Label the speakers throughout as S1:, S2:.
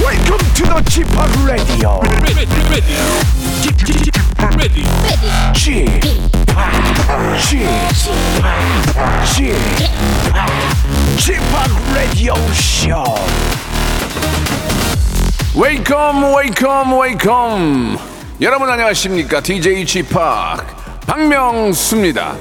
S1: Welcome to the Chip Radio.
S2: ready, ready, ready, ready.
S1: Chip, Chip, Chip, Chip Radio Show.
S3: 웨이컴 웨이컴 웨이컴 여러분 안녕하십니까 DJ 지팍 박명수입니다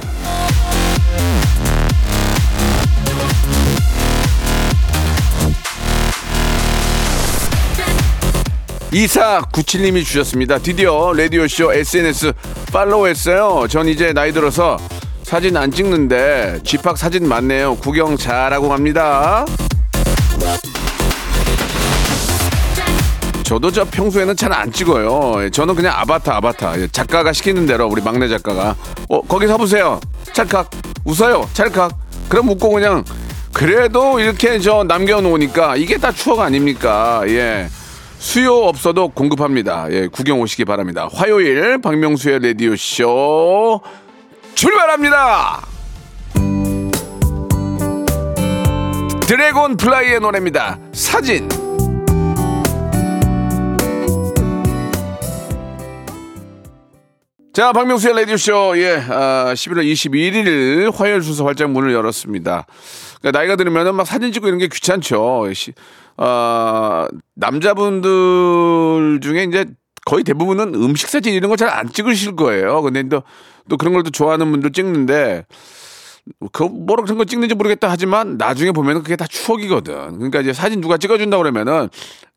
S3: 이사 97님이 주셨습니다 드디어 라디오쇼 SNS 팔로우 했어요 전 이제 나이 들어서 사진 안 찍는데 지팍 사진 많네요 구경 잘하고 갑니다 저도 저 평소에는 잘 안 찍어요. 예, 저는 그냥 아바타, 아바타. 예, 작가가 시키는 대로 우리 막내 작가가 어 거기 서보세요. 찰칵 웃어요. 찰칵. 그럼 웃고 그냥 그래도 이렇게 저 남겨놓으니까 이게 다 추억 아닙니까? 예. 수요 없어도 공급합니다. 예, 구경 오시기 바랍니다. 화요일 박명수의 라디오 쇼 출발합니다. 드래곤 플라이의 노래입니다. 사진. 자, 박명수의 라디오쇼, 예, 아, 11월 21일 화요일 순서 활짝 문을 열었습니다. 그러니까 나이가 들면은 막 사진 찍고 이런 게 귀찮죠. 시- 아, 남자분들 중에 이제 거의 대부분은 음식 사진 이런 거 잘 안 찍으실 거예요. 근데 또, 또 그런 걸 또 좋아하는 분들 찍는데, 그 뭐로 그런 거 찍는지 모르겠다 하지만 나중에 보면은 그게 다 추억이거든. 그러니까 이제 사진 누가 찍어준다 그러면은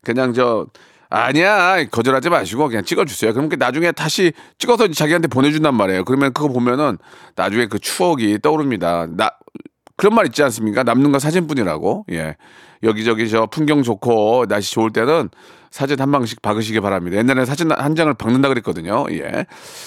S3: 그냥 저 아니야 거절하지 마시고 그냥 찍어주세요. 그럼 그 나중에 다시 찍어서 자기한테 보내준단 말이에요. 그러면 그거 보면은 나중에 그 추억이 떠오릅니다. 나 그런 말 있지 않습니까? 남는 건 사진뿐이라고. 예. 여기저기 저 풍경 좋고 날씨 좋을 때는 사진 한 방씩 박으시기 바랍니다. 옛날에 사진 한 장을 박는다 그랬거든요. 예.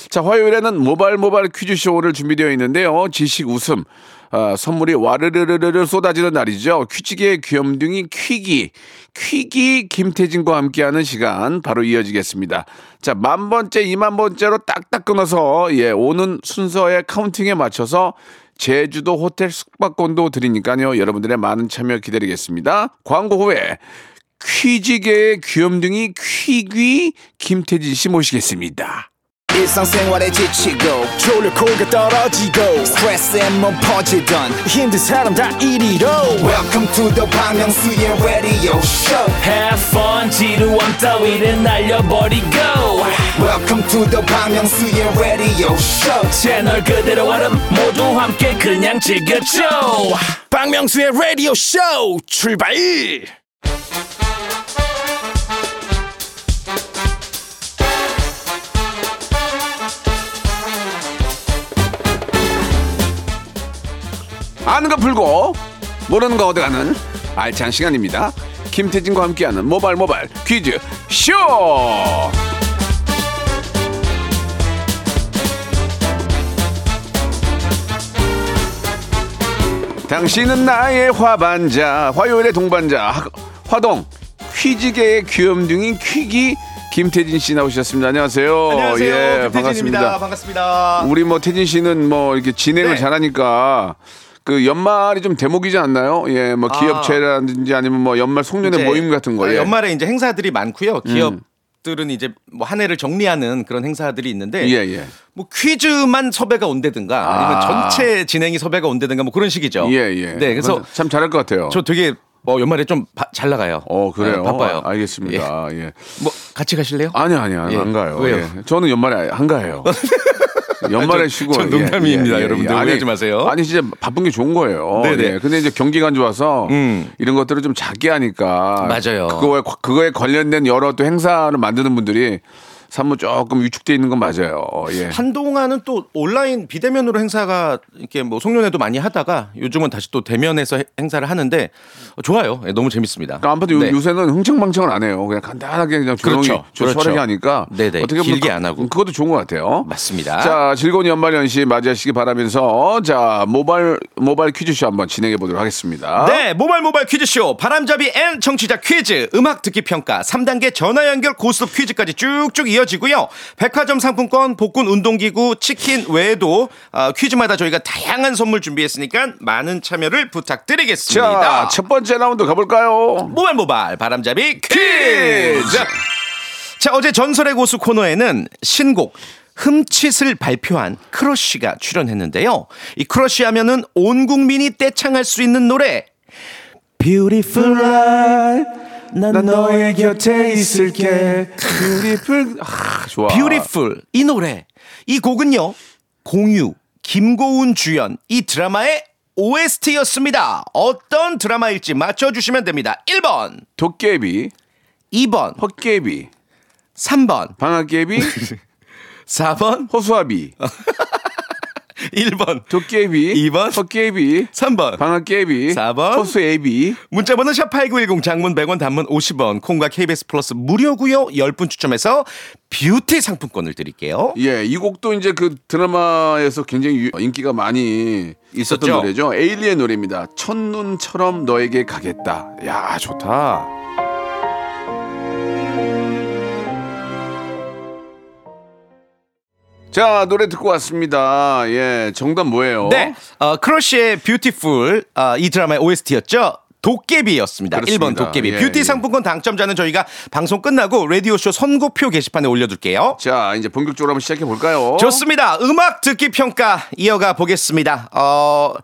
S3: 자, 화요일에는 모발 모발 퀴즈쇼를 준비되어 있는데요. 지식 웃음. 아, 선물이 와르르르르 쏟아지는 날이죠. 퀴즈계의 귀염둥이 퀴기. 퀴기 김태진과 함께하는 시간 바로 이어지겠습니다. 자, 만 번째, 이만 번째로 딱딱 끊어서 예, 오는 순서의 카운팅에 맞춰서 제주도 호텔 숙박권도 드리니까요. 여러분들의 많은 참여 기다리겠습니다. 광고 후에 퀴즈계의 귀염둥이 퀴귀 김태진 씨 모시겠습니다.
S4: 일상생활에 지치고, 졸려 코가 떨어지고, 스트레스에 몸 퍼지던, 힘든 사람 다 이리로. welcome to the Bang Myung-soo's radio show
S5: Have fun 지루함 따위를 날려버리고
S4: welcome to the Bang Myung-soo's radio show
S5: 채널 그대로 얼음 모두 함께 그냥 즐겨줘
S1: 박명수의 라디오 쇼 출발.
S3: 아는 거 풀고 모르는 거 얻어가는 알찬 시간입니다. 김태진과 함께하는 모발 모발 퀴즈 쇼. 당신은 나의 화반자 화요일의 동반자 하- 화동 퀴즈계의 귀염둥이 퀴기 김태진 씨 나오셨습니다. 안녕하세요.
S6: 안녕하세요.
S3: 예,
S6: 김태진입니다. 반갑습니다.
S3: 우리 뭐 태진 씨는 뭐 이렇게 진행을
S6: 네.
S3: 잘하니까 그 연말이 좀 대목이지 않나요? 예, 뭐
S6: 아.
S3: 기업체라든지 아니면 뭐 연말 송년회
S6: 이제,
S3: 모임 같은 음. 거.
S6: 어,
S3: 예.
S6: 연말에 이제 행사들이 많고요. 기업들은 이제 뭐 한 해를 정리하는 그런 행사들이 있는데
S3: 예, 예.
S6: 뭐 퀴즈만 섭외가 온다든가 아니면
S3: 아.
S6: 전체 진행이 섭외가 온다든가 뭐 그런 식이죠.
S3: 예, 예.
S6: 네, 그래서
S3: 그건 참 잘할 것 같아요.
S6: 저 되게 뭐 연말에 좀 잘 나가요.
S3: 어, 그래요.
S6: 네, 바빠요.
S3: 아, 알겠습니다. 예.
S6: 예. 뭐 같이 가실래요?
S3: 아니요, 아니요.
S6: 예.
S3: 안 가요.
S6: 왜요?
S3: 예. 저는 연말에 안 가요. 연말에
S6: 전-
S3: 쉬고. 예,
S6: 전 농담입니다, 여러분들. 오해하지 마세요.
S3: 아니, 진짜 바쁜 게 좋은 거예요.
S6: 네네.
S3: 예. 근데 이제 경기가 안 좋아서
S6: 음.
S3: 이런 것들을 좀 작게 하니까.
S6: 맞아요.
S3: 그거에, 그거에 관련된 여러 또 행사를 만드는 분들이 산무 조금 위축돼 있는 건 맞아요. 예.
S6: 한동안은 또 온라인 비대면으로 행사가 이렇게 뭐 송년회도 많이 하다가 요즘은 다시 또 대면에서 해- 행사를 하는데 어, 좋아요. 예, 너무 재밌습니다.
S3: 그러니까 아무튼 요,
S6: 네.
S3: 요새는 흥청망청을 안 해요. 그냥 간단하게 그냥 조용히
S6: 그렇죠.
S3: 조촐하게
S6: 그렇죠.
S3: 하니까
S6: 네네. 길게
S3: 그-
S6: 안 하고.
S3: 그것도 좋은 것 같아요.
S6: 맞습니다.
S3: 자 즐거운 연말 연시 맞이하시기 바라면서 자 모발 모발 퀴즈쇼 한번 진행해 보도록 하겠습니다.
S6: 네, 모발 모발 퀴즈쇼 바람잡이 앤 청취자 퀴즈 음악 듣기 평가 3단계 전화 연결 고스톱 퀴즈까지 쭉쭉 이어지고요. 백화점 상품권, 복근 운동기구, 치킨 외에도 아, 퀴즈마다 저희가 다양한 선물 준비했으니까 많은 참여를 부탁드리겠습니다.
S3: 자, 첫 번째 라운드 가볼까요?
S6: 모발 모발 바람잡이 퀴즈. 자 어제 전설의 고수 코너에는 신곡 흠칫을 발표한 크러쉬가 출연했는데요. 이 크러쉬 하면은 온 국민이 떼창할 수 있는 노래. Beautiful Life. 난 너의 곁에 있을게.
S3: 뷰티풀. 아, 좋아.
S6: Beautiful 이 노래. 이 곡은요. 공유 김고은 주연 이 드라마의 OST였습니다. 어떤 드라마일지 맞춰 주시면 됩니다. 1번,
S3: 도깨비,
S6: 2번,
S3: 헛개비,
S6: 3번,
S3: 방아개비,
S6: 4번,
S3: 호수아비,
S6: 1번,
S3: 도깨비,
S6: 이번.
S3: 헛개비,
S6: 3번.
S3: 방아개비,
S6: 사번.
S3: 호수애비.
S6: 문자번호 샵8910 장문 100원 단문 50원 콩과 KBS 플러스 무료고요 10분 추첨해서 뷰티 상품권을 드릴게요
S3: 예, 이 곡도 이제 그 드라마에서 굉장히 유- 인기가 많이 있었던
S6: 있었죠.
S3: 노래죠. 에일리의 노래입니다. 첫눈처럼 너에게 가겠다. 야, 좋다. 자, 노래 듣고 왔습니다. 예, 정답 뭐예요?
S6: 네 어, 크러쉬의 뷰티풀 아, 이 드라마의 OST였죠 도깨비였습니다.
S3: 그렇습니다.
S6: 1번 도깨비.
S3: 예,
S6: 뷰티
S3: 예.
S6: 상품권 당첨자는 저희가 방송 끝나고 라디오쇼 선고표 게시판에 올려둘게요.
S3: 자, 이제 본격적으로 한번 시작해 볼까요?
S6: 좋습니다. 음악 듣기 평가 이어가 보겠습니다. 어,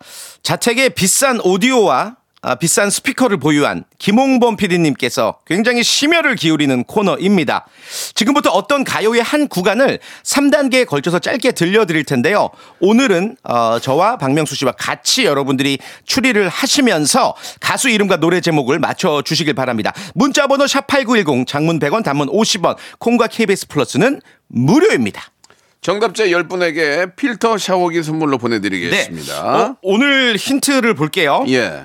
S6: 자택에 비싼 오디오와 아, 비싼 스피커를 보유한 김홍범 PD님께서 굉장히 심혈을 기울이는 코너입니다. 지금부터 어떤 가요의 한 구간을 3단계에 걸쳐서 짧게 들려드릴 텐데요. 오늘은 어, 저와 박명수 씨와 같이 여러분들이 추리를 하시면서 가수 이름과 노래 제목을 맞춰주시길 바랍니다. 문자번호 샵8910 장문 100원 단문 50원 콩과 KBS 플러스는 무료입니다.
S3: 정답자 10분에게 필터 샤워기 선물로
S6: 네.
S3: 보내드리겠습니다.
S6: 어, 오늘 힌트를 볼게요.
S3: 예.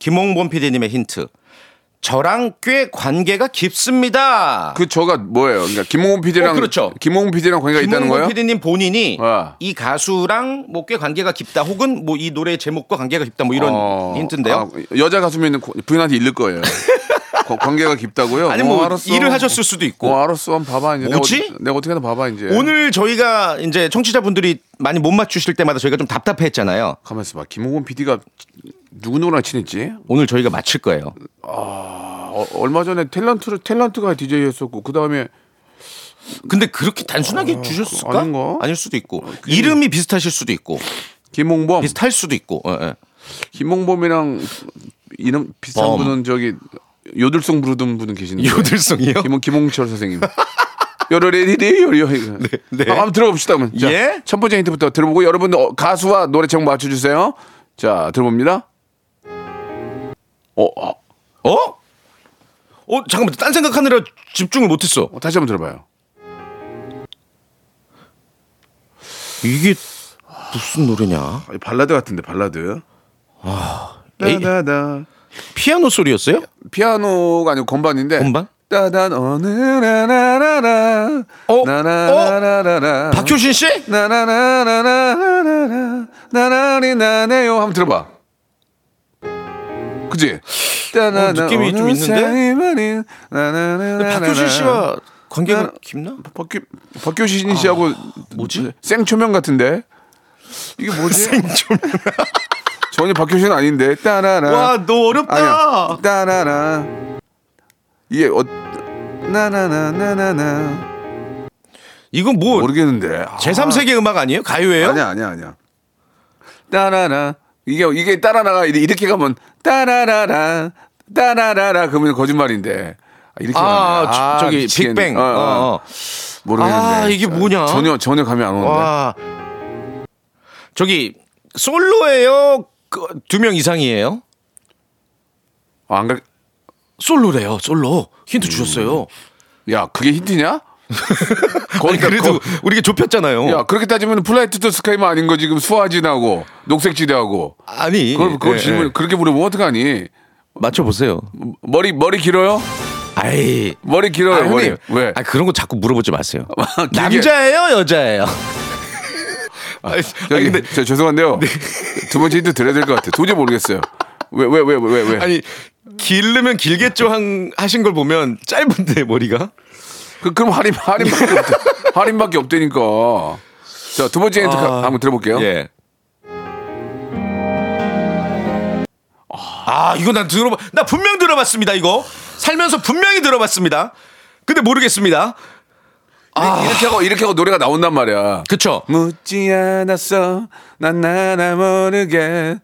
S6: 김홍범 PD님의 힌트. 저랑 꽤 관계가 깊습니다.
S3: 그 저가 뭐예요? 그러니까 김홍훈 PD랑
S6: 어, 그렇죠.
S3: 김홍훈 PD랑 관계가 있다는 거예요? 아.
S6: PD님 본인이
S3: 와.
S6: 이 가수랑 뭐 꽤 관계가 깊다 혹은 뭐 이 노래 제목과 관계가 깊다 뭐 이런
S3: 어,
S6: 힌트인데요.
S3: 아, 여자 가수면 고- 부인한테 잃을 거예요. 거- 관계가 깊다고요?
S6: 아, 니뭐
S3: 어, 알았어.
S6: 일을 하셨을 수도 있고.
S3: 어, 알았어. 한번 봐봐. 이제. 내가
S6: 뭐지?
S3: 어떻게- 내가, 어떻게든 봐봐, 이제.
S6: 오늘 저희가 이제 청취자분들이 많이 못 맞추실 때마다 저희가 좀 답답해했잖아요.
S3: 가만있어 봐. 김홍훈 PD가 누구누구랑 친했지?
S6: 오늘 저희가 맞출 거예요.
S3: 어, 얼마 전에 탤런트를, 탤런트가 DJ 였었고, 그 다음에
S6: 근데 그렇게 단순하게 주셨을까?
S3: 아닌가? 어.
S6: 닐 수도 있고 이름이 비슷하실 수도 있고
S3: 김홍범.
S6: 비슷할 수도 있고. 예, 예.
S3: 김홍범이랑 이름 비슷한
S6: 범.
S3: 분은 저기 요들송 부르던 분은 계신데.
S6: 요들송이요?
S3: 김홍, 김홍철 선생님. 요로레디리 요리요. 네,
S6: 네.
S3: 한번 들어봅시다. 그러면. 자,
S6: 예?
S3: 첫 번째 힌트부터 들어보고 여러분들 어, 가수와 노래 제목 맞춰주세요. 자, 들어봅니다. 어, 어,
S6: 어? 어 잠깐만 딴 생각하느라 집중을 못했어.
S3: 어, 다시 한번 들어봐요.
S6: 이게 무슨 노래냐?
S3: 아, 발라드 같은데 발라드.
S6: 에이.
S3: 따다다.
S6: 피아노
S3: 네.
S6: 소리였어요?
S3: 아, 피아노가 아니고 건반인데.
S6: 건반?
S3: 따단 어느 나나라라.
S6: 어?
S3: 나나라라라.
S6: 박효신 씨?
S3: 네, 나나나나나나나 나나리 나네요 한번 들어봐 그지
S6: 어, 느낌이 좀 있는데? 근데
S3: 네,
S6: 박효신 씨와 관계가
S3: 나-
S6: 깊나?
S3: 박규 박효신 씨하고
S6: 뭐지?
S3: 생초면 같은데 이게 뭐지
S6: 생초면.
S3: 전혀 박효신 아닌데 따라라
S6: 와, 너 어렵다.
S3: 네. 아니야 따라라 이게 어 나나나나나나
S6: 이건 뭐
S3: 모르겠는데 아.
S6: 제3세계 음악 아니에요? 가요예요?
S3: 아니야 아니야 아니야. 따라라 이게 이게 따라라가 이리- 이렇게 가면 따라라라 따라라라 그러면 거짓말인데 아, 이렇게
S6: 아,
S3: 가네.
S6: 저- 저기
S3: 미치겠네.
S6: 빅뱅.
S3: 어,
S6: 어,
S3: 어.
S6: 어.
S3: 모르겠는데 어,
S6: 아, 이게 뭐냐?
S3: 전혀 전혀 감이 안 오는데
S6: 와. 저기 솔로예요? 그, 두 명 이상이에요?
S3: 아, 안 가...
S6: 솔로래요. 솔로. 힌트 주셨어요.
S3: 야 그게 힌트냐?
S6: 아니,
S3: 음. 거기다
S6: 그래도
S3: 거-
S6: 우리가 좁혔잖아요.
S3: 야 그렇게 따지면 플라이트 투 스카이만 아닌 거 지금 수화진하고 녹색지대하고
S6: 아니.
S3: 그걸 그걸
S6: 예,
S3: 질문
S6: 예.
S3: 그렇게 물어보면 어떡하니?
S6: 맞춰 보세요.
S3: 머리 머리 길어요?
S6: 아이.
S3: 머리
S6: 아,
S3: 길어요 머리
S6: 형님.
S3: 왜?
S6: 아, 그런 거 자꾸 물어보지 마세요.
S3: 길게.
S6: 남자예요, 여자예요? 아니,
S3: 저기,
S6: 아니, 근데
S3: 저 죄송한데요. 네. 두 번째 힌트 드려야 될 것 같아요. 도저히 모르겠어요. 왜, 왜, 왜, 왜, 왜?
S6: 아니 길르면 길겠죠 한, 하신 걸 보면 짧은데 머리가
S3: 그, 그럼 할인, 할인밖에 없대. 할인밖에 없다니까. 아, 자, 두 번째 힌트 가- 한번 들어볼게요.
S6: 예. 아, 이거 난 들어봐. 나 분명 들어봤습니다, 이거. 살면서 분명히 들어봤습니다. 근데 모르겠습니다.
S3: 이렇게 하고, 이렇게 하고 노래가 나온단 말이야.
S6: 그쵸?
S3: 묻지 않았어. 난 나나 모르게. 음?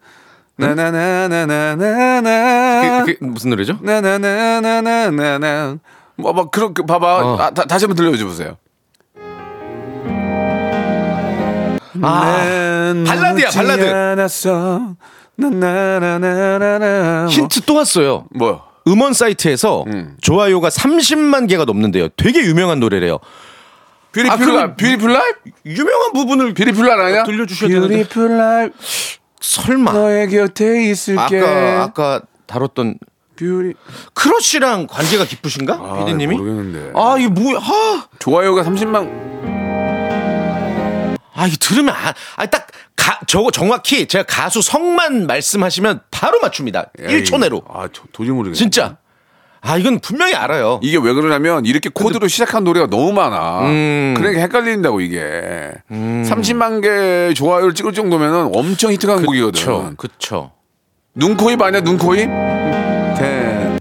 S3: 나나나나나나나.
S6: 음, 그게 무슨 노래죠?
S3: 나나나나나나나. 뭐, 막, 그렇게, 봐봐.
S6: 어.
S3: 아, 다, 다시 한번 들려주세요.
S6: 아,
S3: 난
S6: 발라드야,
S3: 음, 묻지
S6: 발라드.
S3: 않았어. 나나나나나나.
S6: 힌트 또 왔어요.
S3: 뭐, 뭐야?
S6: 음원 사이트에서 좋아요가 30만 개가 넘는데요. 되게 유명한 노래래요. 아,
S3: 뷰티풀
S6: 그거-
S3: 라이프? 뷰티풀 라이프?
S6: 유명한 부분을
S3: 뷰티풀 라이프 아니야?
S6: 들려주셔야 되는데.
S3: 뷰티풀 라이프
S6: 설마
S3: 너의 곁에 있을게
S6: 아까 아까 다뤘던
S3: 뷰티
S6: 크러쉬랑 관계가 깊으신가? 피디님이?
S3: 모르겠는데.
S6: 아, 이게 뭐야? 아,
S3: 좋아요가 30만
S6: 아 이거 들으면 아, 아, 딱 가, 저거 정확히 제가 가수 성만 말씀하시면 바로 맞춥니다.
S3: 에이,
S6: 1초 내로.
S3: 아 저, 도저히 모르겠네
S6: 진짜. 아, 이건 분명히 알아요.
S3: 이게 왜 그러냐면 이렇게 코드로 시작한 노래가 너무 많아
S6: 음.
S3: 그러니까 헷갈린다고 이게 30만 개 좋아요를 찍을 정도면은 엄청 히트한 곡이거든
S6: 그쵸.
S3: 눈코입 아니야 눈코입? 대.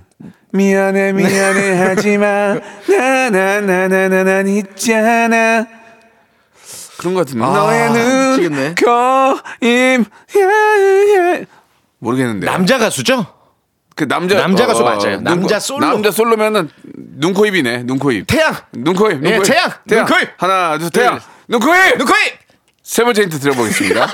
S3: 미안해 미안해 하지마 나나나나나난 있잖아 그런 것 같은데 너의 눈
S6: 아, 미치겠네.
S3: 코입 야, 야. 모르겠는데
S6: 남자 가수죠?
S3: 그 남자
S6: 남자 가수 맞아요. 남자 솔로.
S3: 남자 솔로면은 눈코입이네 눈코입
S6: 태양!
S3: 눈코입
S6: 예,
S3: 눈코입
S6: 태양! 눈코입!
S3: 하나 둘 셋, 태양 눈코입
S6: 누구이?
S3: 세 번째 힌트 드려보겠습니다.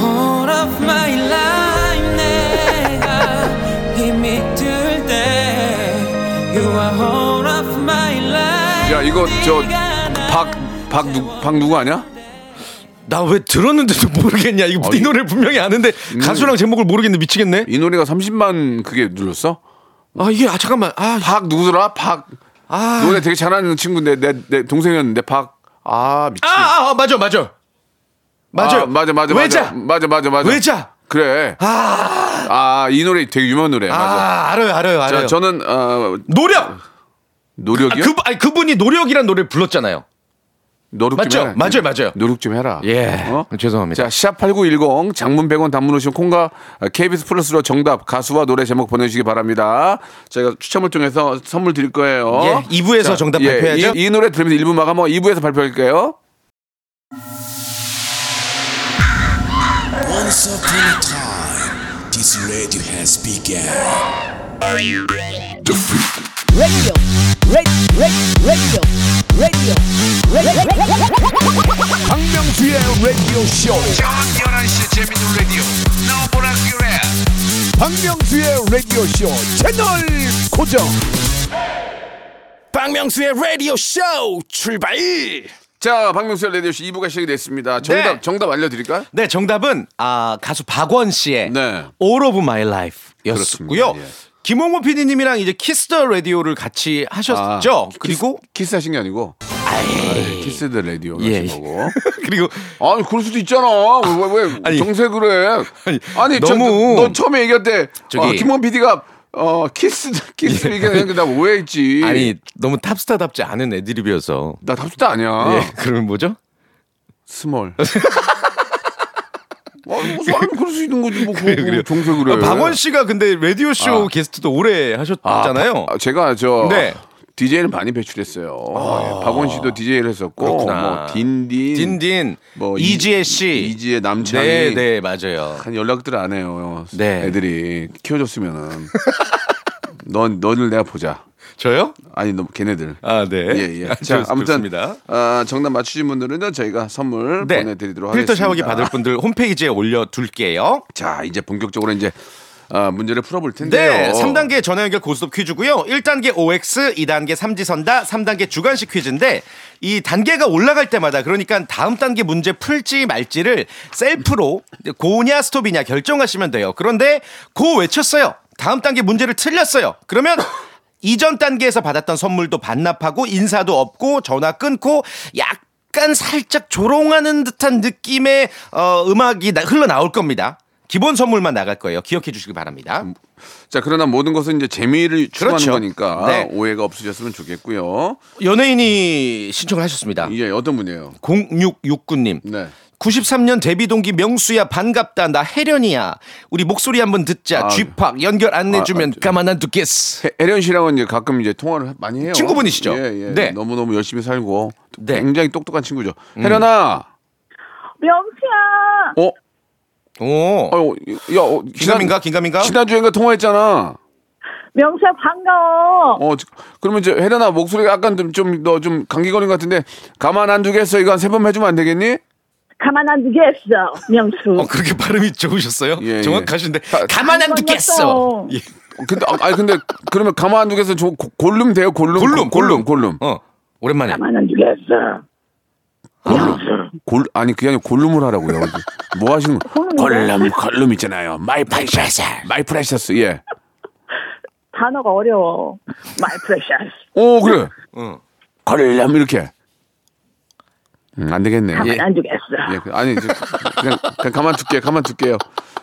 S7: All of my life 내가 힘이 들때 You are all of my life
S3: 야 이거
S7: 네가 나
S3: 저박박누박 누구 아냐?
S6: 나 왜 들었는데도 모르겠냐. 이거 이 노래 분명히 아는데
S3: 음.
S6: 가수랑 제목을 모르겠는데 미치겠네.
S3: 이 노래가 30만 그게 눌렀어?
S6: 아, 이게 아 잠깐만. 아,
S3: 박 누구더라? 박
S6: 아.
S3: 노래 되게 잘하는 친구인데 내, 내 동생이었는데 박 아 미치
S6: 아, 아, 아, 맞아. 맞아. 맞아요.
S3: 아, 맞아 맞아
S6: 외자.
S3: 맞아 맞아 맞아
S6: 외자.
S3: 그래 아 이 노래 되게 유명한 노래
S6: 아,
S3: 맞아
S6: 알아요. 알아요.
S3: 자,
S6: 알아요.
S3: 저는 어,
S6: 노력. 아,
S3: 노력이요
S6: 그 아니 그분이 노력이란 노래를 불렀잖아요.
S3: 노력 좀
S6: 맞죠?
S3: 해라.
S6: 맞아요, 맞아요.
S3: 노력 좀 해라. 어?
S6: 예. 죄송합니다.
S3: 자, 샵 8910 장문 100원 단문 오시면 콩과 KBS 플러스로 정답 가수와 노래 제목 보내 주시기 바랍니다. 저희가 추첨을 통해서 선물 드릴 거예요.
S6: 예, 2부에서
S3: 자,
S6: 정답
S3: 예,
S6: 발표해야죠?
S3: 이, 이 노래 들으면서 1부 마감하고 2부에서 발표할게요.
S1: 박명수의 라디오 쇼. 저녁 11시 재밌는 라디오. 나보라 그래. 박명수의 라디오 쇼 채널 고정.
S5: 박명수의 라디오 쇼 출발
S3: 자, 박명수의 라디오 씨 2부가 시작이 됐습니다. 정답
S6: 네.
S3: 정답 알려 드릴까요?
S6: 네, 정답은 아, 가수 박원 씨의
S3: 네.
S6: All of My Life였고요.
S3: 그렇습니다. 예.
S6: 김홍호 PD님이랑 이제 키스터 라디오를 같이 하셨죠. 그리고
S3: 아, 키스, 하신게 아니고 아이, 키스 더 라디오
S6: 예.
S3: 하신 거고.
S6: 그리고
S3: 아니 그럴 수도 있잖아. 왜 왜
S6: 아니.
S3: 정색 그래? 아니,
S6: 아니,
S3: 저,
S6: 너무-
S3: 너, 너 처음에 얘기할 때
S6: 저기- 예.
S3: 어, 김원 PD가 어 키스 키스 얘기하는 게나 오해했지.
S6: 아니 너무 탑스타답지 않은 애드립이어서
S3: 나 답수다 아니야.
S6: 예, 그러면 뭐죠?
S3: 스몰. 아, 뭐 사람 그럴 수 있는 거지 뭐 그거 정색 그래.
S6: 아, 박원 씨가 근데 라디오 쇼 게스트도 오래 하셨잖아요.
S3: 아, 제가 저
S6: 네. 아.
S3: DJ를 많이 배출했어요. 예, 박원 씨도 DJ를 했었고
S6: 그렇구나.
S3: 뭐 딘딘
S6: 딘딘,
S3: 뭐
S6: 이지혜 씨,
S3: 이지혜 남창이
S6: 네, 네 맞아요.
S3: 한 연락들 안 해요.
S6: 네.
S3: 애들이 키워줬으면은 넌 너를 내가 보자.
S6: 저요?
S3: 아니 너 걔네들.
S6: 아 네.
S3: 예, 예. 자,
S6: 좋-
S3: 아무튼
S6: 좋습니다.
S3: 아, 정답 맞추신 분들은요 저희가 선물
S6: 네.
S3: 보내드리도록
S6: 필터
S3: 하겠습니다.
S6: 샤워기 받을 분들 홈페이지에 올려둘게요.
S3: 자, 이제 본격적으로 이제 아, 문제를 풀어볼 텐데요.
S6: 네, 3단계 전화 연결 고스톱 퀴즈고요. 1단계 OX, 2단계 삼지선다, 3단계 주관식 퀴즈인데 이 단계가 올라갈 때마다 그러니까 다음 단계 문제 풀지 말지를 셀프로 고냐 스톱이냐 결정하시면 돼요. 그런데 고 외쳤어요. 다음 단계 문제를 틀렸어요. 그러면 이전 단계에서 받았던 선물도 반납하고 인사도 없고 전화 끊고 약간 살짝 조롱하는 듯한 느낌의 어, 음악이 나- 흘러나올 겁니다. 기본 선물만 나갈 거예요. 기억해 주시기
S3: 음,
S6: 바랍니다.
S3: 자 그러나 모든 것은 이제 재미를 추구하는
S6: 그렇죠.
S3: 거니까
S6: 네.
S3: 오해가 없으셨으면 좋겠고요.
S6: 연예인이 신청을 하셨습니다.
S3: 이게 어떤 분이에요?
S6: 0669님.
S3: 네.
S6: 93년 데뷔 동기 명수야 반갑다 나 혜련이야 우리 목소리 한번 듣자
S3: 아,
S6: 쥐팍 연결 안 내주면
S3: 아, 아,
S6: 가만 안 두겠어
S3: 혜- 혜련 씨랑은 이제 가끔 이제 통화를 많이 해요.
S6: 친구분이시죠?
S3: 예, 예.
S6: 네.
S3: 너무 너무 열심히 살고
S6: 네.
S3: 굉장히 똑똑한 친구죠. 혜련아,
S8: 명수야.
S3: 어,
S6: 오
S3: 어, 야, 어,
S6: 긴가민가 긴가민가
S3: 지난 주엔가 통화했잖아.
S8: 명수야 반가워.
S3: 어, 지- 그러면 이제 혜련아 목소리가 약간 좀좀너 좀 감기 걸린 것 같은데 가만 안 두겠어. 이거 한 세 번 해주면 안 되겠니?
S8: 가만 안 두겠어. 명수.
S6: 어 그렇게 발음이 좋으셨어요
S3: 예, 예.
S6: 정확하신데
S3: 다-
S6: 가만 안 두겠어
S8: 만났어.
S6: 예.
S3: 어, 근데 아, 아니 근데 그러면 가만 안 두겠어. 저 고- 골룸 돼요? 골룸
S6: 골룸,
S3: 골룸
S6: 골룸.
S3: 골룸
S6: 어 오랜만에
S8: 가만 안 두겠어.
S3: 골 아니 그게 아니고 골룸을 하라고요. 뭐 하시는 거? 골룸 골룸 있잖아요. 마이 프레셔스 마이 프레셔스 예.
S8: 단어가 어려워. My precious.
S3: 오 그래.
S6: 응.
S3: 걸람 이렇게. 음, 안 되겠네.
S8: 가만
S3: 예.
S8: 안 두겠어.
S3: 예, 그- 아니 이제 그냥, 그냥 가만 둘게, 가만 둘게요.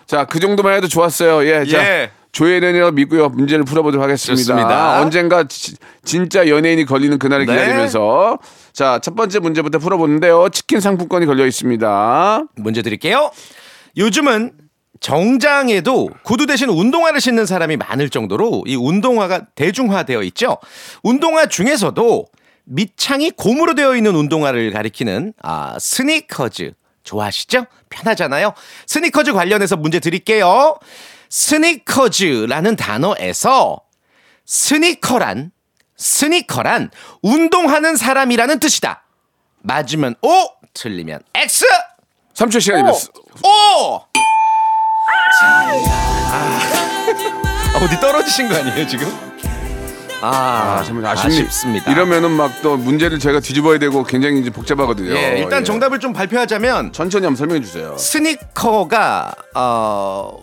S3: 자, 그 정도만 해도 좋았어요. 예, 자.
S6: 예.
S3: 조혜련이라고 믿고요. 문제를 풀어보도록 하겠습니다.
S6: 좋습니다.
S3: 언젠가 지- 진짜 연예인이 걸리는 그날을
S6: 네.
S3: 기다리면서 자, 첫 번째 문제부터 풀어보는데요. 치킨 상품권이 걸려 있습니다.
S6: 문제 드릴게요 요즘은 정장에도 구두 대신 운동화를 신는 사람이 많을 정도로 이 운동화가 대중화되어 있죠 운동화 중에서도 밑창이 고무로 되어 있는 운동화를 가리키는 아 스니커즈 좋아하시죠 편하잖아요 스니커즈 관련해서 문제 드릴게요 스니커즈라는 단어에서 스니커란 스니커란 운동하는 사람이라는 뜻이다. 맞으면 O, 틀리면 X.
S3: 3초 시간이 몇
S6: O. 아, 어디 떨어지신 거 아니에요 지금? 아,
S3: 아쉽-
S6: 아쉽습니다.
S3: 이러면은 막 또 문제를 제가 뒤집어야 되고 굉장히 이제 복잡하거든요.
S6: 예, 일단
S3: 예.
S6: 정답을 좀 발표하자면
S3: 천천히 한번 설명해 주세요.
S6: 스니커가 어,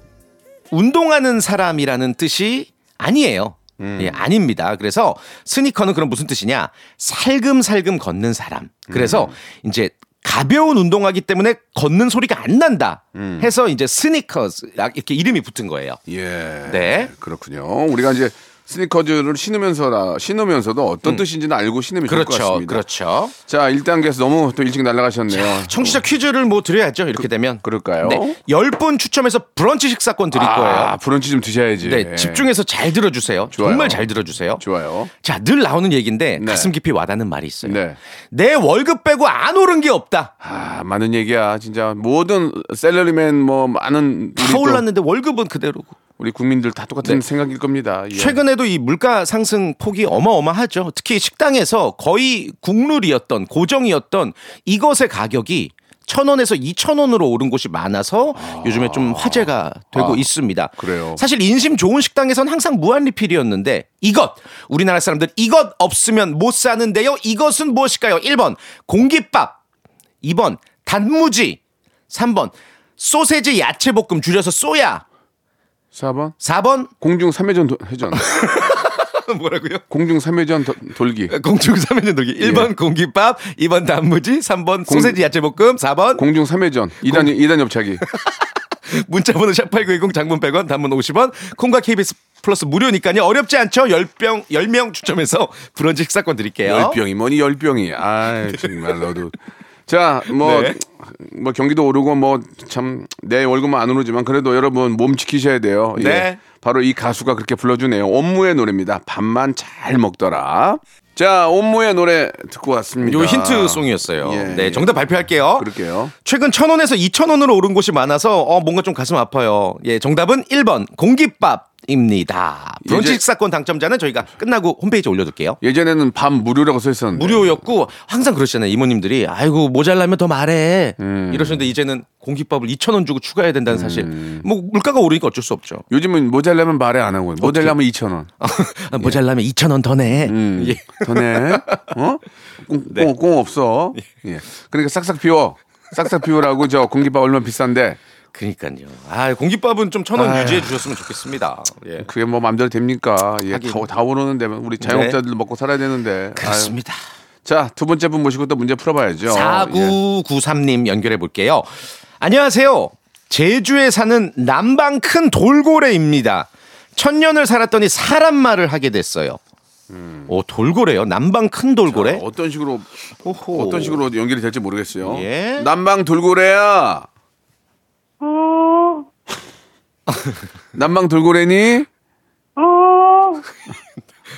S6: 운동하는 사람이라는 뜻이 아니에요. 예, 아닙니다. 그래서 스니커는 그럼 무슨 뜻이냐? 살금살금 걷는 사람. 그래서 이제 가벼운 운동하기 때문에 걷는 소리가 안 난다. 해서 이제 스니커스 아, 이렇게 이름이 붙은 거예요.
S3: 예.
S6: 네.
S3: 그렇군요. 우리가 이제 스니커즈를 신으면서 신으면서도 어떤 뜻인지는 알고 신으면 좋을 것
S6: 음. 그렇죠.
S3: 같습니다.
S6: 그렇죠.
S3: 자, 1단계에서 너무 또 일찍 날아가셨네요.
S6: 청취자 퀴즈를 뭐 드려야죠. 이렇게 되면
S3: 그럴까요?
S6: 네. 10분 추첨해서 브런치 식사권 드릴
S3: 아,
S6: 거예요.
S3: 브런치 좀 드셔야지. 예.
S6: 네, 집중해서 잘 들어주세요.
S3: 좋아요.
S6: 정말 잘 들어주세요.
S3: 좋아요.
S6: 자, 늘 나오는 얘기인데
S3: 네.
S6: 가슴 깊이 와닿는 말이 있어요.
S3: 네.
S6: 내 월급 빼고 안 오른 게 없다.
S3: 아, 많은 얘기야. 진짜 모든 셀러리맨 뭐 많은 우리
S6: 다
S3: 또
S6: 올랐는데 월급은 그대로고.
S3: 우리 국민들 다 똑같은 생각일 겁니다. 예.
S6: 최근에도 이 물가 상승 폭이 어마어마하죠. 특히 식당에서 거의 국룰이었던 고정이었던 이것의 가격이 천 원에서 이천 원으로 오른 곳이 많아서 요즘에 좀 화제가 되고
S3: 아,
S6: 있습니다.
S3: 그래요.
S6: 사실 인심 좋은 식당에선 항상 무한 리필이었는데 이것 우리나라 사람들 이것 없으면 못 사는데요. 이것은 무엇일까요? 1번 공깃밥, 2번 단무지, 3번 소세지 야채 볶음 줄여서 쏘야,
S3: 4번
S6: 4번
S3: 공중 3회전 도- 회전.
S6: 뭐라고요?
S3: 공중 3회전 도- 돌기.
S6: 공중 3회전 돌기. 1번
S3: 예.
S6: 공깃밥, 2번 단무지, 3번 소세지 야채볶음, 4번
S3: 공중 3회전. 2단 이단 옆차기.
S6: 문자번호 샵8910 장문 100원, 단문 50원, 콩과 KBS 플러스 무료니까요. 어렵지 않죠? 10병, 10명 추첨해서 브런치 식사권 드릴게요.
S3: 열병이 뭐니 열병이. 아 정말 너도. 자, 뭐,
S6: 네.
S3: 뭐 경기도 오르고 뭐 참 내 월급만 안 오르지만 그래도 여러분 몸 지키셔야 돼요. 예.
S6: 네.
S3: 바로 이 가수가 그렇게 불러주네요. 온무의 노래입니다. 밥만 잘 먹더라. 자, 온무의 노래 듣고 왔습니다.
S6: 요 힌트송이었어요.
S3: 예,
S6: 네,
S3: 예.
S6: 정답 발표할게요.
S3: 그럴게요.
S6: 최근 1,000원에서 2,000원으로 오른 곳이 많아서 어, 뭔가 좀 가슴 아파요. 예, 정답은 1번 공깃밥입니다. 브런치
S3: 이제-
S6: 식사권 당첨자는 저희가 끝나고 홈페이지에 올려둘게요.
S3: 예전에는 밥 무료라고 써 있었는데.
S6: 무료였고 항상 그러시잖아요 이모님들이 아이고 모자라면 더 말해
S3: 음.
S6: 이러셨는데 이제는 공깃밥을 2천 원 주고 추가해야 된다는 사실
S3: 음.
S6: 뭐 물가가 오르니까 어쩔 수 없죠
S3: 요즘은 모자라면 말에 안 하고 모자라면 2천 원.
S6: 아, 모자라면 2천 원 더내
S3: 음.
S6: 예.
S3: 전에 어? 꽁,
S6: 네.
S3: 꽁, 꽁 없어. 예. 그러니까 싹싹 비워. 싹싹 비우라고 저 공깃밥 얼마나 비싼데
S6: 그러니까요 아 공깃밥은 좀 천 원
S3: 아유.
S6: 유지해 주셨으면 좋겠습니다 예
S3: 그게 뭐 마음대로 됩니까? 예, 다,
S6: 하긴. 네.
S3: 다 오르는데 우리 자영업자들도 먹고 살아야 되는데.
S6: 그렇습니다
S3: 자두 번째 아, 어, 분 모시고 또 문제 풀어봐야죠. 예.
S6: 4993님 연결해 볼게요 안녕하세요 제주에 사는 남방 큰 돌고래입니다. 천년을 살았더니 사람 말을 하게 됐어요.
S3: 음.
S6: 오 돌고래요? 남방 큰 돌고래?
S3: 어떤 식으로
S6: 호호.
S3: 어떤 식으로 연결이 될지 모르겠어요.
S6: 예.
S3: 남방 돌고래야.
S8: 어,
S3: 남방 돌고래니?
S8: 어,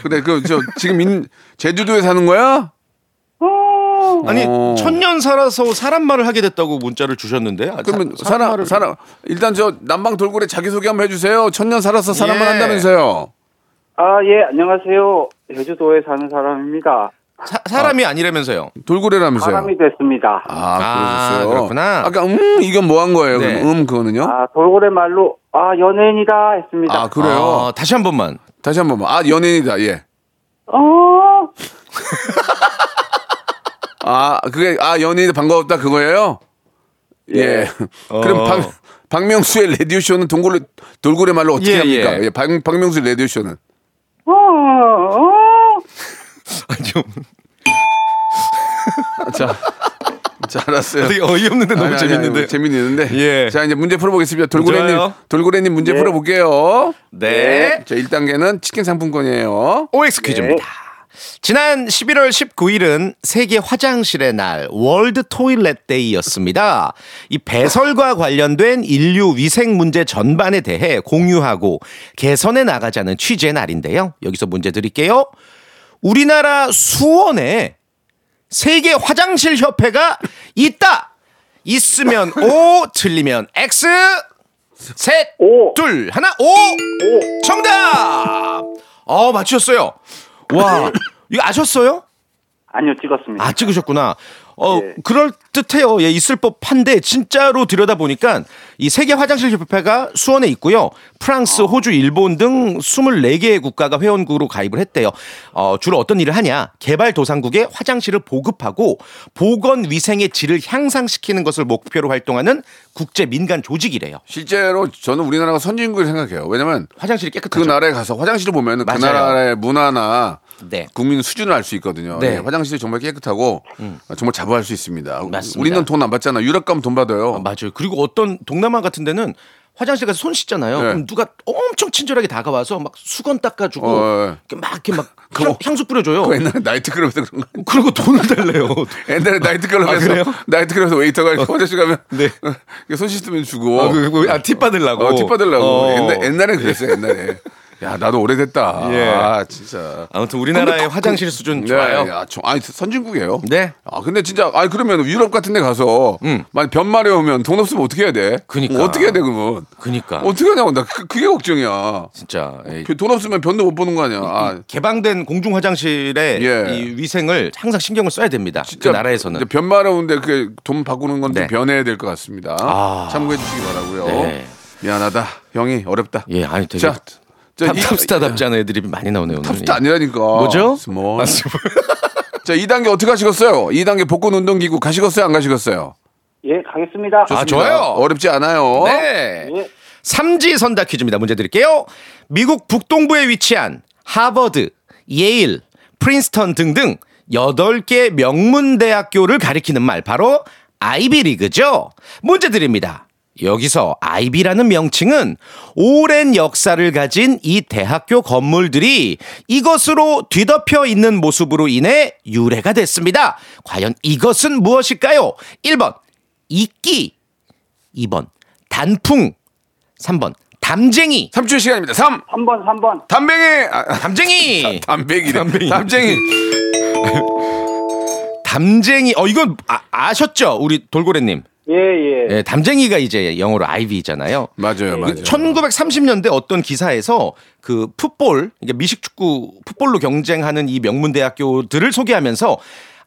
S3: 그래 그 저 지금 인, 제주도에 사는 거야?
S6: 아니
S3: 어.
S6: 천년 살아서 사람 말을 하게 됐다고 문자를 주셨는데 아,
S3: 그러면
S6: 사-
S3: 사람
S6: 말을-
S3: 사람 일단 저 남방 돌고래 자기 소개 한번 해주세요. 천년 살아서 사람만
S6: 예.
S3: 한다면서요.
S9: 아, 예, 안녕하세요. 제주도에 사는 사람입니다.
S6: 사, 사람이 아니라면서요?
S3: 돌고래라면서요.
S9: 사람이 됐습니다. 아,
S3: 아,
S6: 아,
S3: 그러셨어요.
S6: 그렇구나.
S3: 아까 음 이건 뭐 한 거예요?
S6: 네.
S3: 그럼 음 그거는요?
S9: 아, 돌고래 말로, 아, 연예인이다 했습니다.
S3: 아 그래요.
S6: 아, 다시 한 번만.
S3: 다시 한 번만. 아 연예인이다. 예.
S8: 어,
S3: 아 그게 아 연예인 반가웠다 그거예요? 예. 그럼
S6: 어.
S3: 박 박명수의 라디오 쇼는 동고래 돌고래 말로 어떻게
S6: 예,
S3: 합니까?
S6: 예.
S3: 예. 박 박명수 의 라디오 쇼는
S8: 어, 어.
S3: 아,
S6: 좀
S3: 자, 자 알았어요.
S6: 되게 어이없는데 너무
S3: 아니, 아니, 아니,
S6: 재밌는데.
S3: 재밌는데.
S6: 예.
S3: 자 이제 문제 풀어보겠습니다. 돌고래님
S6: 좋아요.
S3: 돌고래님 문제 풀어볼게요.
S6: 네.
S3: 자 1단계는 치킨 상품권이에요.
S6: OX 퀴즈입니다. 지난 11월 19일은 세계 화장실의 날 월드 토일렛 데이였습니다. 이 배설과 관련된 인류 위생 문제 전반에 대해 공유하고 개선해 나가자는 취지의 날인데요. 여기서 문제 드릴게요. 우리나라 수원에 세계 화장실 협회가 있다. 있으면 O, 틀리면 X. 셋,
S9: 오.
S6: 둘, 하나, 오. 정답. 어 맞추셨어요. 와 이거 아셨어요?
S9: 아니요, 찍었습니다.
S6: 아 찍으셨구나. 어
S9: 예.
S6: 그럴 듯해요. 예 있을 법한데 진짜로 들여다 보니까 이 세계 화장실 협회가 수원에 있고요. 프랑스, 호주, 일본 등 24개의 국가가 회원국으로 가입을 했대요. 어 주로 어떤 일을 하냐? 개발 도상국에 화장실을 보급하고 보건 위생의 질을 향상시키는 것을 목표로 활동하는 국제 민간 조직이래요.
S3: 실제로 저는 우리나라가 선진국을 생각해요. 왜냐면
S6: 화장실이
S3: 그
S6: 깨끗하죠.
S3: 나라에 가서 화장실을 보면 그
S6: 맞아요.
S3: 나라의 문화나
S6: 네.
S3: 국민 수준을 알 수 있거든요.
S6: 네. 음.
S3: 예, 화장실이 정말 깨끗하고 아, 정말 자부할 수 있습니다.
S6: 맞습니다.
S3: 우리는 돈 안 받잖아. 유럽 가면 돈 받아요.
S6: 어, 맞아요. 그리고 어떤 동남아 같은 데는 화장실 가서 손 씻잖아요.
S3: 네.
S6: 그럼 누가 엄청 친절하게 다가와서 막 수건 닦아주고
S3: 어, 예.
S6: 이렇게 막 이렇게 막
S3: 그거-
S6: 향- 향수 뿌려줘요.
S3: 그거 옛날에 나이트클럽에서 그런 거.
S6: 그리고 돈을 달래요.
S3: 옛날에
S6: 아,
S3: 나이트클럽에서
S6: 그래요?
S3: 나이트클럽에서 웨이터가 이렇게 화장실 가면
S6: 네.
S3: 이렇게 손 씻으면 주고
S6: 아, 그- 그- 아, 팁 받으려고.
S3: 어, 팁 받으려고.
S6: 어.
S3: 옛날, 옛날엔 그랬어요. 옛날에. 야 나도 오래됐다.
S6: 예.
S3: 아 진짜.
S6: 아무튼 우리나라의 화장실 수준 좋아요.
S3: 네, 야, 저- 아니 선진국이에요.
S6: 네. 음.
S3: 아 근데 진짜 아 그러면 유럽 같은 데 가서 만약 변말에 오면 돈 없으면 어떻게 해야 돼?
S6: 그니까.
S3: 어, 어떻게 해야 돼 그건?
S6: 그니까.
S3: 어떻게 그 하냐고 나 그, 그게 걱정이야.
S6: 진짜 에이,
S3: 돈 없으면 변도 못 보는 거 아니야. 아,
S6: 그 개방된 공중 화장실의
S3: 예.
S6: 이 위생을 항상 신경을 써야 됩니다.
S3: 진짜
S6: 그 나라에서는.
S3: 이제 변말에 오는데 그 돈 바꾸는 건 좀
S6: 네.
S3: 변해야 될 것 같습니다.
S6: 아.
S3: 참고해 주시기 바라고요.
S6: 네.
S3: 미안하다 형이 어렵다.
S6: 예, 아니 되게
S3: 자, 자, 이-
S6: 탑스타답지 않은 애드립이 많이 나오네요. 오늘.
S3: 탑스타 아니라니까.
S6: 뭐죠?
S3: 스몰. 자, 2단계 어떻게 하시겠어요? 2단계 복근 운동기구 가시겠어요? 안 가시겠어요?
S9: 예, 가겠습니다.
S6: 아,
S3: 좋습니다.
S6: 좋아요.
S3: 어렵지 않아요.
S6: 네.
S9: 예.
S6: 삼지선다 퀴즈입니다. 문제 드릴게요. 미국 북동부에 위치한 하버드, 예일, 프린스턴 등등 8개 명문대학교를 가리키는 말 바로 아이비리그죠. 문제 드립니다. 여기서 아이비라는 명칭은 오랜 역사를 가진 이 대학교 건물들이 이것으로 뒤덮여 있는 모습으로 인해 유래가 됐습니다. 과연 이것은 무엇일까요? 1번 이끼 2번 단풍 3번 담쟁이
S3: 3초의 시간입니다. 3.
S9: 3번, 3번.
S3: 담뱅이. 아,
S6: 담쟁이
S3: 담뱅이.
S6: 담뱅이.
S3: 담쟁이.
S6: 담쟁이 어 이건 아, 셨죠 우리 돌고래님
S9: 예, 예.
S6: 예, 담쟁이가 이제 영어로 아이비잖아요
S3: 맞아요, 맞아요.
S6: 1930년대 어떤 기사에서 그 풋볼 그러니까 미식축구 풋볼로 경쟁하는 이 명문 대학교들을 소개하면서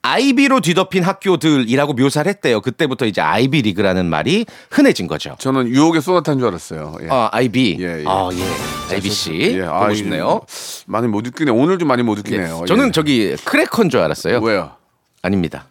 S6: 아이비로 뒤덮인 학교들이라고 묘사를 했대요 그때부터 이제 아이비 리그라는 말이 흔해진 거죠
S3: 저는 유혹의 소나타인 줄 알았어요. 예.
S6: 아 아이비
S3: 예, 예.
S6: 아예 아이비 씨
S3: 예,
S6: 보고
S3: 아,
S6: 싶네요
S3: 이게 많이 못 웃기네. 오늘 좀 많이 못
S6: 예.
S3: 웃기네요.
S6: 저는
S3: 예.
S6: 저기 크래커인 줄 알았어요 예.
S3: 왜요?
S6: 아닙니다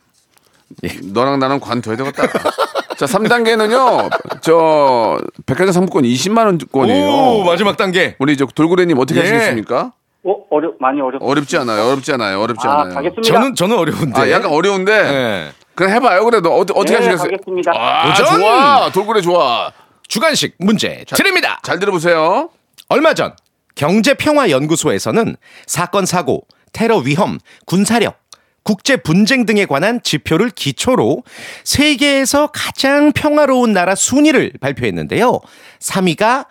S3: 너랑 나랑 관둬야 되겠다. 자, 3단계는요. 저 백화점 상품권 20만 원권이에요.
S6: 오 마지막 단계
S3: 우리 저 돌고래님 어떻게
S6: 예.
S3: 하시겠습니까?
S9: 어, 어려, 많이 어렵
S3: 어렵지 않아요. 어렵지 않아요. 어렵지
S9: 아,
S3: 않아요.
S9: 가겠습니다.
S6: 저는 저는 어려운데.
S3: 아, 약간 어려운데.
S6: 예.
S3: 그냥 해봐요. 그래도 어, 어떻게
S9: 예,
S3: 하시겠어요?
S9: 가겠습니다.
S3: 아,
S6: 도전!
S3: 좋아. 돌고래 좋아.
S6: 주간식 문제 드립니다.
S3: 잘 들어보세요.
S6: 얼마 전 경제평화연구소에서는 사건 사고, 테러 위험, 군사력, 국제 분쟁 등에 관한 지표를 기초로 세계에서 가장 평화로운 나라 순위를 발표했는데요. 3위가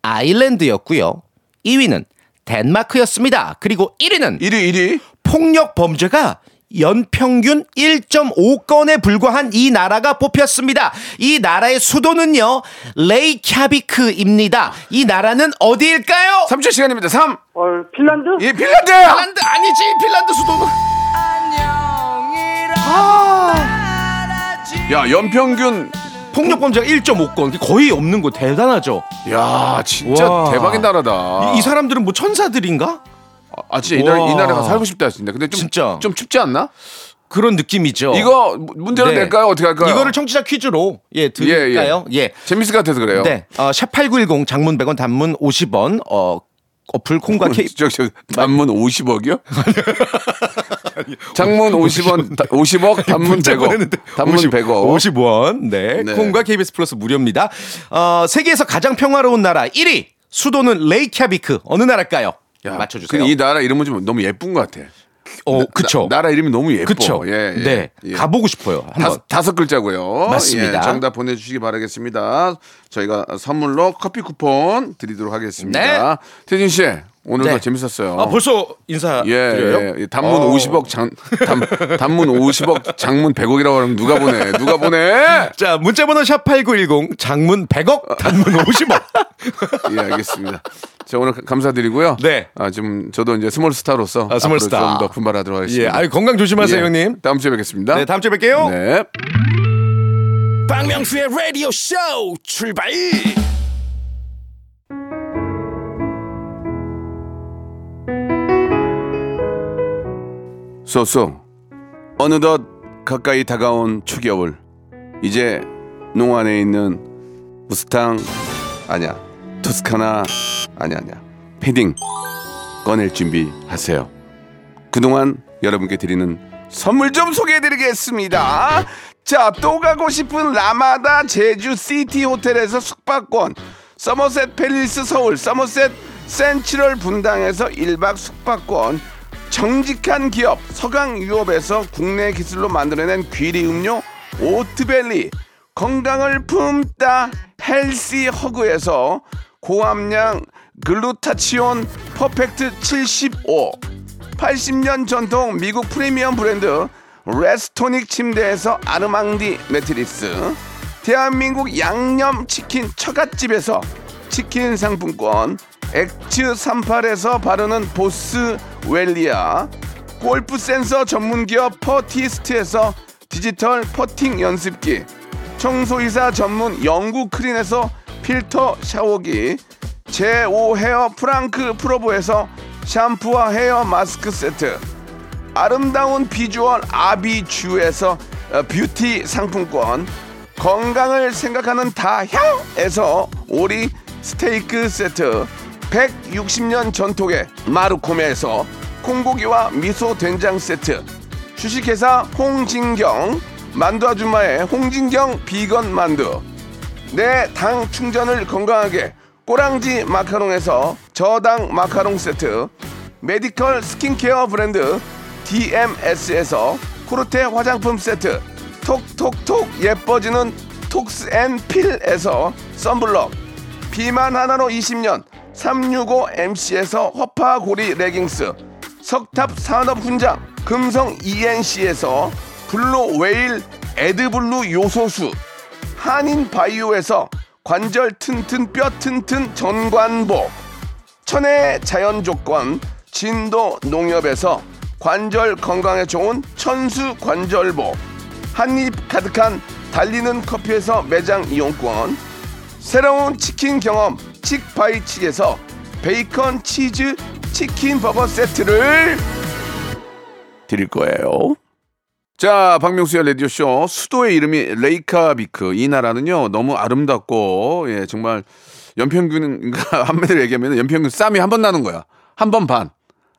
S6: 아일랜드였고요. 2위는 덴마크였습니다. 그리고 1위는
S3: 1위, 1위.
S6: 폭력 범죄가 연평균 1.5건에 불과한 이 나라가 뽑혔습니다. 이 나라의 수도는요, 레이캬비크입니다. 이 나라는 어디일까요?
S3: 3초 시간입니다. 3.
S9: 헐, 핀란드?
S3: 예, 핀란드!
S6: 핀란드 아니지, 핀란드 수도는.
S3: 야, 연평균.
S6: 아! 폭력 범죄가 1.5건. 거의 없는 거 대단하죠.
S3: 야, 진짜
S6: 와.
S3: 대박인 나라다.
S6: 이, 이 사람들은 뭐 천사들인가?
S3: 아, 진짜 이 나라,
S6: 와.
S3: 이 나라 가서 살고 싶다, 진짜. 근데 좀,
S6: 진짜.
S3: 좀 춥지 않나?
S6: 그런 느낌이죠.
S3: 이거 문제로
S6: 네.
S3: 낼까요? 어떻게 할까요?
S6: 이거를 청취자 퀴즈로 예, 드릴까요?
S3: 예, 예.
S6: 예.
S3: 재밌을 것 같아서 그래요.
S6: 네. 어, 샵8910 장문 100원 단문 50원. 어, 어플 콩과 케이
S3: 저, 저, 단문 50억이요? 장문 50원, 50억, 단문 100억. 단문 100억.
S6: 50원. 네.
S3: 네.
S6: 콩과 KBS 플러스 무료입니다. 어, 세계에서 가장 평화로운 나라 1위. 수도는 레이캬비크. 어느 나라일까요?
S3: 야,
S6: 맞춰 주세요.
S3: 근데 이 나라 이름은 좀 너무 예쁜 것 같아.
S6: 어, 그쵸.
S3: 나, 라 이름이 너무 예뻐.
S6: 그쵸.
S3: 예, 예,
S6: 네.
S3: 예.
S6: 가보고 싶어요. 한번.
S3: 다섯, 다섯 글자고요.
S6: 맞습니다.
S3: 예, 정답 보내주시기 바라겠습니다. 저희가 선물로 커피 쿠폰 드리도록 하겠습니다. 태진 씨, 오늘도
S6: 네.
S3: 재밌었어요.
S6: 아, 벌써 인사
S3: 예,
S6: 드려요?
S3: 예, 예. 단문
S6: 어.
S3: 50억 장, 단, 단문 50억 장문 100억이라고 하면 누가 보내? 누가 보내?
S6: 자, 문자번호 샵8910, 장문 100억, 단문 50억.
S3: 예, 알겠습니다. 자, 오늘 감사드리고요.
S6: 네.
S3: 아, 지금 저도 이제 스몰 스타로서
S6: 아, 스몰 스타.
S3: 좀더 분발하도록
S6: 예,
S3: 하겠습니다.
S6: 아유, 건강 조심하세요,
S3: 예.
S6: 형님.
S3: 다음 주에 뵙겠습니다.
S6: 네, 다음 주에 뵐게요.
S3: 네.
S5: 박명수의 라디오 쇼 출발
S3: 소소. 어느덧 가까이 다가온 초겨울. 이제 농안에 있는 무스탕 아니야. 토스카나 아니야 아니야. 패딩 꺼낼 준비하세요. 그동안 여러분께 드리는 선물 좀 소개해드리겠습니다. 자, 또 가고 싶은 라마다 제주 시티 호텔에서 숙박권, 서머셋 팰리스 서울, 서머셋 센츄럴 분당에서 1박 숙박권, 정직한 기업 서강유업에서 국내 기술로 만들어낸 귀리 음료 오트밸리, 건강을 품다 헬시 허그에서 고함량 글루타치온 퍼펙트 75 80년 전통 미국 프리미엄 브랜드 레스토닉 침대에서 아르망디 매트리스 대한민국 양념치킨 처갓집에서 치킨 상품권 액츠 38에서 바르는 보스 웰리아 골프 센서 전문기업 퍼티스트에서 디지털 퍼팅 연습기 청소이사 전문 영구 크린에서 필터 샤워기 제5 헤어 프랑크 프로보에서 샴푸와 헤어 마스크 세트 아름다운 비주얼 아비주에서 어, 뷰티 상품권 건강을 생각하는 다향에서 오리 스테이크 세트 160년 전통의 마루코메에서 콩고기와 미소 된장 세트 주식회사 홍진경 만두 아줌마의 홍진경 비건 만두 내 당 충전을 건강하게 꼬랑지 마카롱에서 저당 마카롱 세트 메디컬 스킨케어 브랜드 DMS에서 코르테 화장품 세트 톡톡톡 예뻐지는 톡스앤필에서 썬블럭 비만 하나로 20년 365MC에서 허파고리 레깅스 석탑 산업훈장 금성 ENC에서 블루웨일 에드블루 요소수 한인 바이오에서 관절 튼튼 뼈 튼튼 전관복 천혜의 자연 조건 진도 농협에서 관절 건강에 좋은 천수 관절복 한입 가득한 달리는 커피에서 매장 이용권 새로운 치킨 경험 칙바이칙에서 베이컨 치즈 치킨 버거 세트를 드릴 거예요. 자, 박명수의 라디오쇼. 수도의 이름이 레이카비크. 이 나라는요, 너무 아름답고, 예, 정말 연평균, 한마디로 얘기하면 연평균 쌈이 한 번 나는 거야. 한 번 반.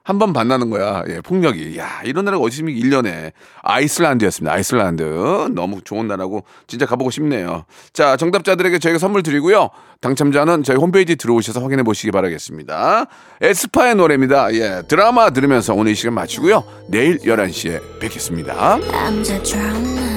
S3: 한 번 만나는 거야. 예, 폭력이. 야, 이런 나라가 어디 있습니까? 1년에. 아이슬란드였습니다. 아이슬란드. 너무 좋은 나라고 진짜 가보고 싶네요. 자, 정답자들에게 저희가 선물 드리고요. 당첨자는 저희 홈페이지 들어오셔서 확인해 보시기 바라겠습니다. 에스파의 노래입니다. 예, 드라마 들으면서 오늘 이 시간 마치고요. 내일 11시에 뵙겠습니다.
S10: I'm the drama.